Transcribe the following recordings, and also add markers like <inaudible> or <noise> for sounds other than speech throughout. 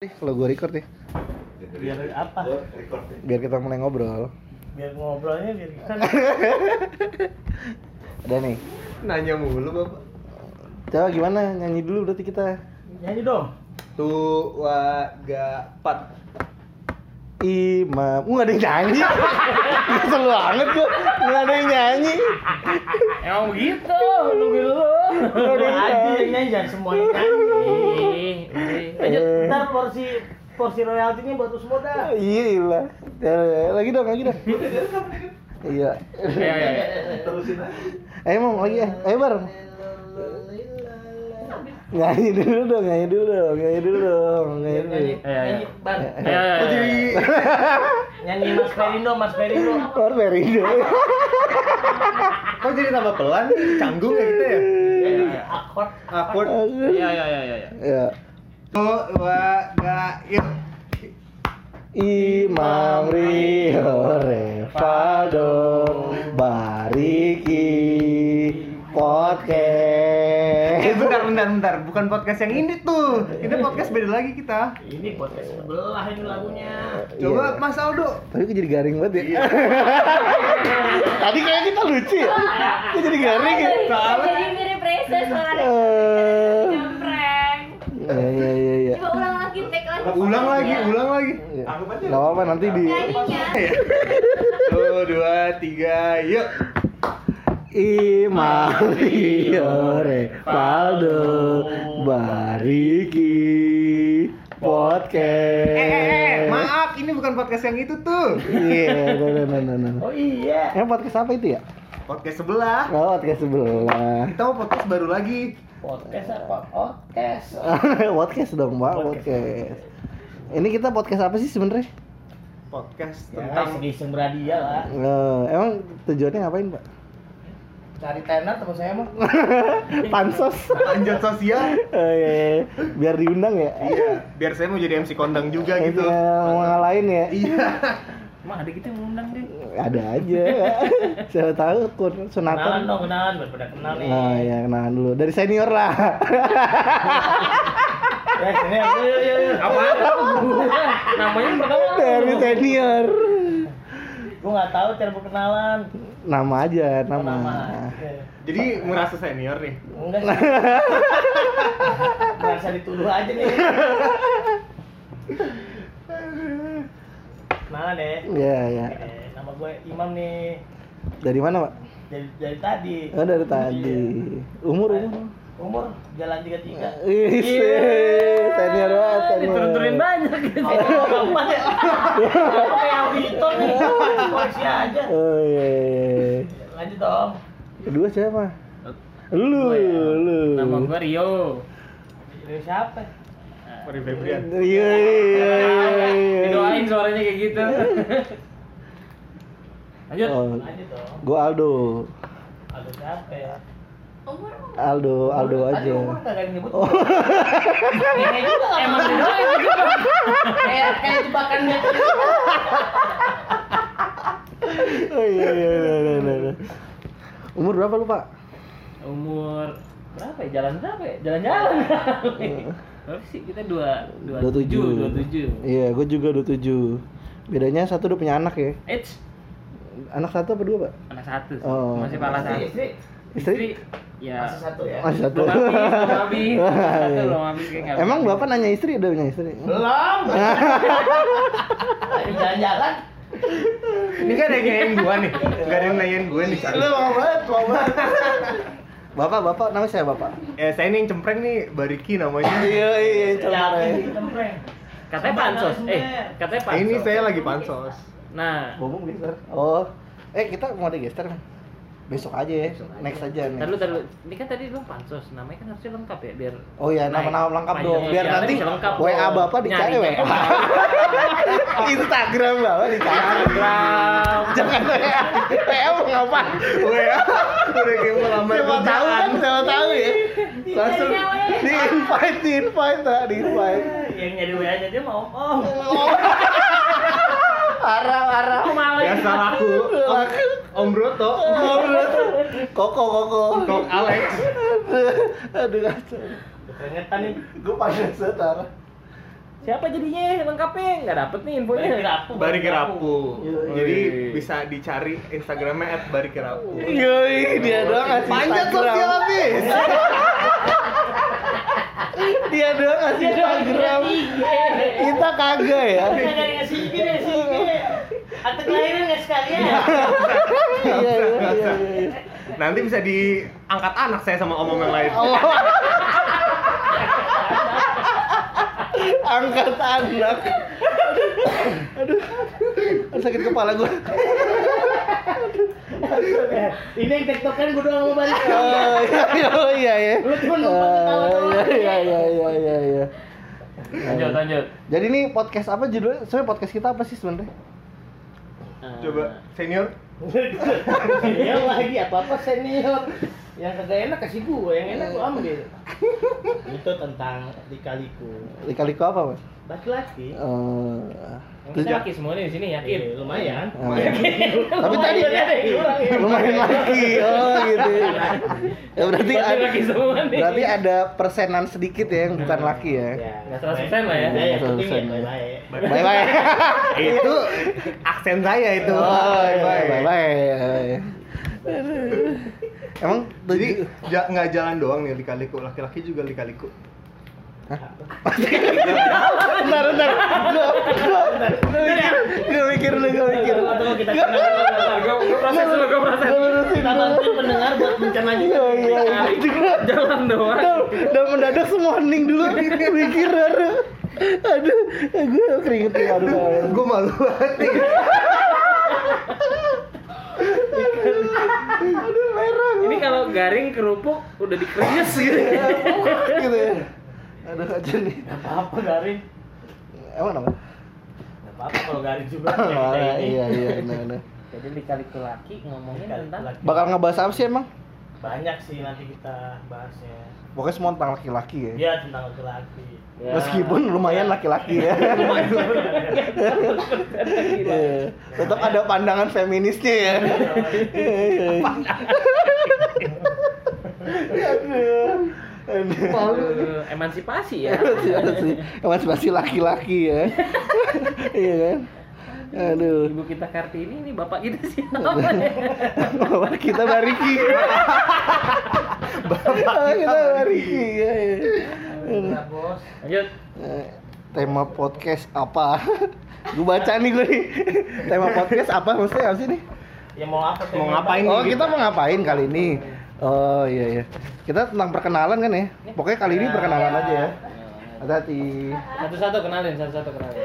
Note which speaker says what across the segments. Speaker 1: gue record ya
Speaker 2: biar Iya, apa
Speaker 1: biar kita mulai ngobrol
Speaker 2: biar ngobrolnya biar gimana
Speaker 1: udah nih
Speaker 3: Nanya mulu bapak.
Speaker 1: coba gimana nyanyi dulu berarti kita
Speaker 2: nyanyi dong
Speaker 3: Tuh wa ga pat.
Speaker 1: Imam, nggak ada yang
Speaker 2: <laughs>
Speaker 1: nyanyi, kesel banget gue, nggak ada yang nyanyi.
Speaker 2: emang begitu nunggu dulu
Speaker 1: Udah,
Speaker 2: udah aja
Speaker 1: udah.
Speaker 2: yang nyanyi jangan semuanya nyanyi
Speaker 3: Eh,
Speaker 2: Udah. lanjut ntar porsi porsi royaltinya buat lu semua dah
Speaker 1: Iya, iya. Eh, Lagi dong, lagi dong. Iya.
Speaker 2: ya ya
Speaker 3: Terusin aja.
Speaker 1: Ayo Mam, lagi eh, ayo bar. Nyanyi dulu dong, nyanyi dulu dong, nyanyi dulu dong, nyanyi dulu.
Speaker 2: nyanyi nyanyi bar
Speaker 1: Ya,
Speaker 2: eh,
Speaker 3: Oh, jadi-
Speaker 2: nyanyi mas Ferindo mas Ferindo
Speaker 1: Keluar dari Indo.
Speaker 3: Kok jadi tambah pelan? Canggung kayak gitu ya?
Speaker 2: Nyanyi akord
Speaker 3: Akord.
Speaker 1: Iya.
Speaker 2: ya ya ya ya
Speaker 1: Iya.
Speaker 3: Tuh wa ga ir.
Speaker 1: Imam Rio Revado Bariki
Speaker 3: Eh
Speaker 1: Podcast
Speaker 3: bentar bentar bentar, bukan podcast yang ini tuh. Ini
Speaker 2: Ya.
Speaker 3: podcast beda lagi kita.
Speaker 2: ini podcast sebelah ini lagunya
Speaker 3: Coba
Speaker 1: Iya.
Speaker 3: Mas Iya. Aldo.
Speaker 1: Tapi gue jadi garing banget ya <laughs> Tadi kayak kita lucu ya Gue jadi garing ya
Speaker 3: Iya.
Speaker 4: Jadi mirip Reza suaranya.
Speaker 1: Eh,
Speaker 4: Jempreng.
Speaker 1: Iya iya iya iya
Speaker 4: Coba ulang lagi, take lagi.
Speaker 3: Ulang lagi, ulang lagi.
Speaker 1: Iya. Gak apa-apa nanti di
Speaker 3: Iya.
Speaker 4: Nyanyinya.
Speaker 3: Tuh dua tiga, yuk.
Speaker 1: Imam Rio Revado Bariki Podcast
Speaker 3: Eh, eh, eh, maaf, ini bukan podcast yang itu tuh.
Speaker 1: Iya, no, no, no, no, no.
Speaker 2: oh iya
Speaker 1: Emang podcast apa itu ya?
Speaker 3: Podcast sebelah.
Speaker 1: Oh, podcast sebelah. <laughs>
Speaker 3: Kita mau podcast baru lagi.
Speaker 2: podcast apa podcast
Speaker 1: podcast dong, Mbak, podcast. Ini kita podcast apa sih sebenarnya?
Speaker 3: Podcast
Speaker 2: tentang
Speaker 3: tentang
Speaker 2: iseng beradia lah
Speaker 1: Eh, emang tujuannya ngapain, Pak?
Speaker 2: cari tenar teman saya mah
Speaker 1: Pansos. <laughs>
Speaker 3: panjat sosial.
Speaker 1: Eh, iya, iya. biar diundang ya.
Speaker 3: Iya, biar saya mau jadi MC kondang juga
Speaker 1: Kayak
Speaker 3: gitu.
Speaker 1: mau ngalahin ya.
Speaker 3: Iya.
Speaker 2: emang ada kita yang ngundang deh
Speaker 1: Ada
Speaker 2: <laughs>
Speaker 1: aja. Siapa tahu kur
Speaker 2: kenalan Nah,
Speaker 1: sunatan.
Speaker 2: dong kenalan biar pada kenal nih
Speaker 1: Oh iya, kenalan dulu. Dari senior lah.
Speaker 2: ya sini ayo ayo ayo apa namanya perkenalan
Speaker 1: <laughs> Dari senior.
Speaker 2: gua nggak tahu cara berkenalan
Speaker 1: Nama aja,
Speaker 2: Oh, nama
Speaker 1: nama.
Speaker 2: Ya.
Speaker 3: Jadi merasa senior nih.
Speaker 2: enggak
Speaker 1: <laughs>
Speaker 2: sih merasa dituduh aja nih kenalan deh
Speaker 1: Iya, iya.
Speaker 2: Eh, nama gue Imam nih
Speaker 1: Dari mana, Pak?
Speaker 2: dari, dari tadi Iya.
Speaker 1: Oh dari tadi. Umur umur. Eh.
Speaker 2: umur jalan tiga tiga <laughs>
Speaker 1: Ih, senior banget. senior.
Speaker 2: diturun-turunin Iya. banyak gitu gampang ya Apa kayak auditor nih koleksi aja
Speaker 1: Oh iya. iya, iya.
Speaker 2: lanjut dong
Speaker 1: Kedua siapa? Lu,
Speaker 2: Oh,
Speaker 5: Gua
Speaker 2: iya.
Speaker 5: ya.
Speaker 1: lu.
Speaker 5: Nama gue Rio.
Speaker 2: dari siapa
Speaker 3: Mari Febrian.
Speaker 1: Iya, iya, iya, iya.
Speaker 5: Didoain suaranya kayak gitu. Lanjut.
Speaker 1: Oh,
Speaker 2: lanjut dong
Speaker 1: gua Aldo.
Speaker 2: ada siapa ya
Speaker 4: Umur.
Speaker 1: Aldo, Oh, Aldo
Speaker 2: Tadi
Speaker 1: aja.
Speaker 2: umur kagak nyebut Nenek juga
Speaker 4: <laughs>
Speaker 2: emang didoain kayak kayak jebakan
Speaker 4: gitu.
Speaker 2: dia
Speaker 1: Oh iya, iya, iya, iya, iya, iya. Umur berapa lu, Pak?
Speaker 5: Umur berapa ya? Jalan berapa ya? Jalan-jalan. Berapa sih? Kita dua, dua, tujuh, dua tujuh.
Speaker 1: Iya, gua juga 27. Bedanya satu udah punya anak ya.
Speaker 5: Eits,
Speaker 1: Anak satu apa dua, Pak?
Speaker 5: anak satu. sih.
Speaker 1: Oh.
Speaker 5: Masih pala satu.
Speaker 2: istri
Speaker 1: Istri?
Speaker 5: Ya.
Speaker 2: masih satu ya
Speaker 1: Masih satu.
Speaker 5: Belum habis,
Speaker 1: <laughs>
Speaker 5: belum habis. Satu belum habis kayak nggak
Speaker 1: Emang
Speaker 5: bisa.
Speaker 1: Bapak nanya istri udah punya istri?
Speaker 2: belum lagi jalan-jalan
Speaker 3: Ini kan ada yang nanyain gua nih. Enggak ada yang nanyain gua nih.
Speaker 2: mau banget mau banget
Speaker 1: Bapak, bapak, nama saya bapak.
Speaker 3: Eh, saya ini yang cempreng nih, Bariki namanya.
Speaker 1: Iya, iya,
Speaker 2: cempreng
Speaker 5: Katanya pansos. Eh, katanya pansos.
Speaker 3: Ini saya lagi pansos.
Speaker 5: Nah,
Speaker 1: Bobo geser. Oh, eh kita mau ada geser Bang. Besok aja ya, next aja nih.
Speaker 5: Ntar lu, ntar lu. Ini kan tadi lu pansos, namanya kan harusnya lengkap ya biar
Speaker 1: Oh iya, nama-nama lengkap
Speaker 5: Naik.
Speaker 1: dong. Biar
Speaker 5: Iya,
Speaker 1: nanti
Speaker 5: bisa lengkap
Speaker 1: WA
Speaker 5: dong.
Speaker 1: bapak dicari
Speaker 5: Nyari,
Speaker 1: WA. <laughs> Instagram bapak dicari.
Speaker 5: Instagram.
Speaker 1: <laughs> Jangan WA. WA mau ngapain?
Speaker 3: Gue ya, udah kayak melamar
Speaker 1: Siapa tahu
Speaker 3: kerjaan.
Speaker 1: kan, siapa tahu ya. Langsung
Speaker 5: ya.
Speaker 1: di invite, di invite, ah, di invite.
Speaker 2: yang nyari WA nya dia mau om
Speaker 1: Parah, parah.
Speaker 3: Biasa laku. Om, Om Broto,
Speaker 1: Koko, koko.
Speaker 3: Kong Alex.
Speaker 1: Aduh, kacau.
Speaker 2: keringetan nih
Speaker 1: gue panas banget Tara.
Speaker 5: Siapa jadinya lengkapnya? Nggak dapet nih infonya.
Speaker 2: Balik rapuh,
Speaker 3: Bari
Speaker 5: Rapuh.
Speaker 3: Kerapu.
Speaker 1: Yoi.
Speaker 3: Jadi bisa dicari Instagramnya at Bari Kerapu.
Speaker 1: Yoi, dia doang ngasih
Speaker 3: Panjat
Speaker 1: Instagram.
Speaker 3: sosial habis.
Speaker 1: Dia doang ngasih
Speaker 5: Dia doang
Speaker 1: Instagram. Kita kagak ya.
Speaker 2: Kita dari ngasih ini deh, sini deh. Akte kelahiran nggak sekalian?
Speaker 1: Iya, iya, iya, iya.
Speaker 3: Nanti bisa diangkat anak saya sama omong yang lain.
Speaker 1: Allah. Angkat anak. Aduh. Aduh. Sakit kepala gua.
Speaker 2: <laughs> Ini yang tiktok kan gue doang mau balik.
Speaker 1: Oh, iya, iya, iya, iya.
Speaker 2: Lu cuma numpang ketawa doang.
Speaker 1: Oh, Iya, iya, iya, iya, iya.
Speaker 5: Lanjut, lanjut.
Speaker 1: Jadi ini podcast apa judulnya? Sebenarnya podcast kita apa sih sebenarnya?
Speaker 3: Coba senior.
Speaker 2: Ya lagi apa-apa senior. Yang kagak enak kasih gue, yang enak gue ambil. Itu tentang dikaliku.
Speaker 1: Lika-liku apa, Mas?
Speaker 2: Laki-laki.
Speaker 1: Eh,
Speaker 5: Yang
Speaker 1: tujuh-
Speaker 5: laki semua nih di sini yakin.
Speaker 2: Eh, lumayan.
Speaker 1: eh, Tapi
Speaker 5: Lumayan
Speaker 1: tadi- iya.
Speaker 5: ada yang kurang ya.
Speaker 1: lumayan laki. Oh, gitu. Ya berarti
Speaker 5: Berarti
Speaker 1: ada,
Speaker 5: laki semua nih. Iya.
Speaker 1: berarti ada persenan sedikit ya yang bukan laki
Speaker 2: Iya.
Speaker 1: ya.
Speaker 5: Nggak 100% lah
Speaker 2: Ya,
Speaker 5: ya.
Speaker 2: yang
Speaker 1: Iya, Nggak 100%
Speaker 2: penting ya,
Speaker 1: ya.
Speaker 2: baik-baik.
Speaker 1: Bye bye.
Speaker 3: Itu aksen saya itu.
Speaker 1: Oh,
Speaker 3: Bye, bye.
Speaker 1: bye bye. Emang
Speaker 3: Jadi
Speaker 1: tujuh
Speaker 3: ja- nggak jalan doang nih lika-liku, laki-laki juga lika-liku.
Speaker 1: bentar bentar gua gua gua mikir gua mikir dulu gua mikir
Speaker 2: Tunggu, tunggu, kita kenal.
Speaker 5: Gue gue proses dulu, gue proses.
Speaker 1: Gua lurusin
Speaker 2: Kita
Speaker 1: dulu.
Speaker 2: bantu pendengar buat mencerna
Speaker 1: Iya,
Speaker 2: juga.
Speaker 1: iya, iya. Juga.
Speaker 5: Jalan doang.
Speaker 1: Udah- udah mendadak semua hening dulu mikir aduh aduh gue keringet nih aduh
Speaker 3: Gue malu banget nih.
Speaker 1: aduh merah
Speaker 5: Ini kalau garing kerupuk udah dikeringis gitu.
Speaker 1: gua. gitu ya aduh aja nih
Speaker 2: Apa garing?
Speaker 1: emang apa
Speaker 2: Gak apa-apa kalau garing juga.
Speaker 1: Oh, <laughs> iya iya benar benar
Speaker 5: Jadi dikaliku laki ngomongin tentang
Speaker 2: Laki-laki.
Speaker 1: bakal ngebahas apa sih emang
Speaker 2: banyak sih nanti kita bahasnya.
Speaker 1: pokoknya semua tentang laki-laki ya
Speaker 2: Ya tentang laki-laki.
Speaker 5: Ya.
Speaker 1: Meskipun lumayan laki-laki ya. Iya. Tetap ada pandangan feministnya ya. Iya.
Speaker 5: Aduh, eh, emansipasi <laughs> ya.
Speaker 1: Emansipasi laki-laki ya. Iya kan? Aduh.
Speaker 5: Ibu kita Kartini ini bapak kita <laughs> siapa ya?
Speaker 1: Bapak kita bariki. Bapak kita bariki. ya, ya.
Speaker 2: Nah, bos.
Speaker 5: Lanjut.
Speaker 1: Eh, Tema podcast apa? <laughs> gue baca nih gue nih. <laughs> Tema podcast apa maksudnya apa sih nih?
Speaker 2: Ya mau apa?
Speaker 3: Mau ngapain
Speaker 1: Oh,
Speaker 5: gitu.
Speaker 3: nih?
Speaker 1: kita mau ngapain kali ini? Oh iya iya. Kita tentang perkenalan kan ya? Pokoknya kali ini perkenalan aja ya. Hati-hati.
Speaker 5: Satu-satu kenalin, satu-satu kenalin.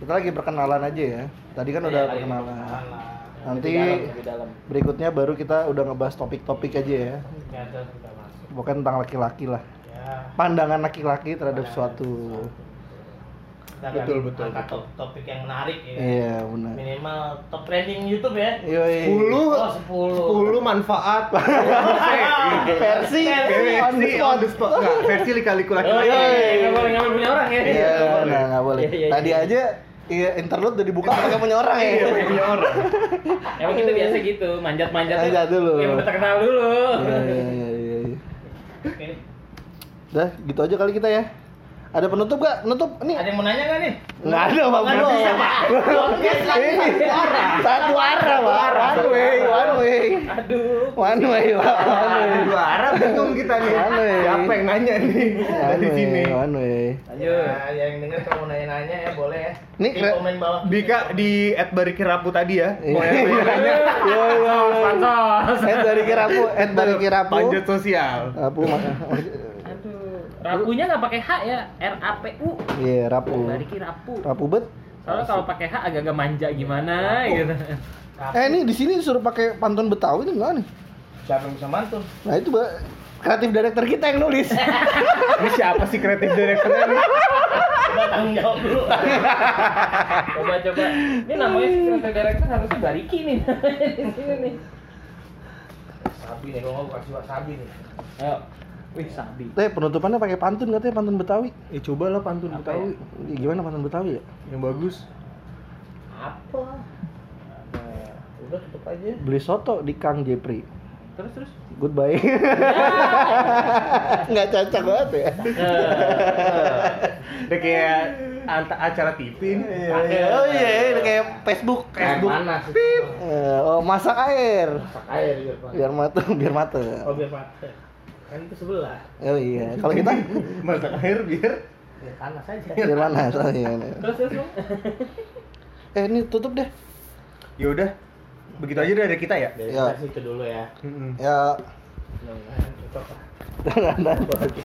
Speaker 1: Kita lagi perkenalan aja ya. Tadi kan udah perkenalan. Nanti
Speaker 5: Iya, Lebih dalam, gitu. lebih dalam.
Speaker 1: berikutnya baru kita udah ngebahas topik-topik aja ya.
Speaker 2: Ya terus kita masuk.
Speaker 1: Bukan tentang laki-laki lah.
Speaker 2: Ya.
Speaker 1: Pandangan laki-laki terhadap suatu.
Speaker 2: Kita akan
Speaker 3: Betul, betul,
Speaker 2: angkat
Speaker 3: betul.
Speaker 2: top- topik yang menarik ya.
Speaker 1: Iya benar. Iya.
Speaker 2: Minimal top trending YouTube ya. <laughs>
Speaker 1: Yoi.
Speaker 3: Eh, 10
Speaker 2: Oh, 10.
Speaker 3: 10 <laughs> manfaat versi
Speaker 1: versi on the
Speaker 3: versi
Speaker 1: spot.
Speaker 3: on the spot Nggak, versi lika-liku
Speaker 5: Oh,
Speaker 3: laki-laki
Speaker 5: iya, iya, iya. nggak boleh ngambil punya orang ya.
Speaker 1: Iya,
Speaker 3: Nggak boleh.
Speaker 1: nah, nggak boleh.
Speaker 5: Iya, iya, iya.
Speaker 1: Tadi aja Iya, interlude udah dibuka pakai punya orang ya.
Speaker 3: Iya, punya orang
Speaker 5: Emang kita biasa gitu, manjat-manjat.
Speaker 1: Manjat dulu.
Speaker 5: Yang terkenal dulu.
Speaker 1: Iya, iya, iya, iya, iya.
Speaker 2: Oke.
Speaker 1: Udah, gitu aja kali kita ya. Ada penutup gak? Nutup nih.
Speaker 2: Ada yang mau nanya nggak nih?
Speaker 1: Nggak ada, Pak Bro.
Speaker 2: Nggak ada.
Speaker 1: <laughs>
Speaker 2: Podcast lagi
Speaker 1: Iya.
Speaker 2: satu orang.
Speaker 1: Satu arah, Pak. One way, one way.
Speaker 5: Aduh.
Speaker 1: One way, Pak. One way.
Speaker 3: Aduh, dua arah bingung kita nih
Speaker 1: Aneh.
Speaker 3: siapa yang nanya nih dari
Speaker 1: One
Speaker 3: sini
Speaker 1: way, one way.
Speaker 5: Lanjut.
Speaker 2: Ya, yang denger kalau mau nanya-nanya ya boleh ya.
Speaker 1: Nih,
Speaker 2: di
Speaker 1: keren.
Speaker 2: komen bawah.
Speaker 3: Dika di at Barikirapu tadi ya
Speaker 1: Iya.
Speaker 3: Pokoknya ada
Speaker 1: <laughs>
Speaker 3: yang nanya,
Speaker 1: Yo, yo, yo.
Speaker 5: Pantos.
Speaker 1: Ed dari Kirapu, Ed dari Kirapu.
Speaker 3: panjat sosial
Speaker 1: Rapu, Mas.
Speaker 5: Aduh. Rapunya nggak pakai H ya, R A P U.
Speaker 1: Iya, Rapu.
Speaker 5: Bariki rapu.
Speaker 1: Rapu bet.
Speaker 5: Soalnya kalau pakai H agak-agak manja gimana gitu.
Speaker 1: Eh, ini di sini disuruh pakai pantun Betawi nih enggak nih?
Speaker 2: Siapa yang bisa mantun?
Speaker 1: Nah, itu, Mbak. Kreatif director kita yang nulis.
Speaker 3: ini siapa sih kreatif direkturnya nih
Speaker 2: Coba tanggung jawab dulu.
Speaker 5: Coba coba. Ini <laughs> namanya security director kan harusnya Bariki nih. Di sini nih.
Speaker 2: Sabi nih, kalau nggak gua kasih wasabi nih.
Speaker 5: Ayo. Wih, sabi.
Speaker 1: Teh, Eh, penutupannya pakai pantun katanya pantun Betawi.
Speaker 3: ya cobalah pantun
Speaker 5: Apa
Speaker 3: Betawi
Speaker 1: Ih, Gimana pantun Betawi ya?
Speaker 3: yang bagus
Speaker 2: Apa? Nah, udah tutup aja.
Speaker 1: Beli soto di Kang Jepri.
Speaker 5: terus terus
Speaker 1: Goodbye. <laughs> Nggak cocok banget ya.
Speaker 3: Udah kayak anta- acara TV nih.
Speaker 1: Iya, Oh iya, udah kayak Facebook,
Speaker 2: Air
Speaker 1: Facebook.
Speaker 2: panas.
Speaker 1: Eh, Oh, masak air.
Speaker 2: Masak air gitu. Pak.
Speaker 1: Biar mateng, biar mateng.
Speaker 2: Oh, biar panas. Kan itu sebelah.
Speaker 1: Oh iya, kalau
Speaker 3: <laughs>
Speaker 1: kita
Speaker 3: Masak air biar
Speaker 2: Ya panas aja.
Speaker 1: biar mana? Oh iya. iya.
Speaker 5: terus terus Bang.
Speaker 1: Eh, ini tutup deh.
Speaker 3: ya udah begitu aja deh dari kita ya.
Speaker 2: Dari
Speaker 1: Ya.
Speaker 2: situ dulu ya.
Speaker 3: Mm-mm.
Speaker 1: Ya,
Speaker 2: Mudah-mudahan cocok lah.
Speaker 1: Nah, nah, nah.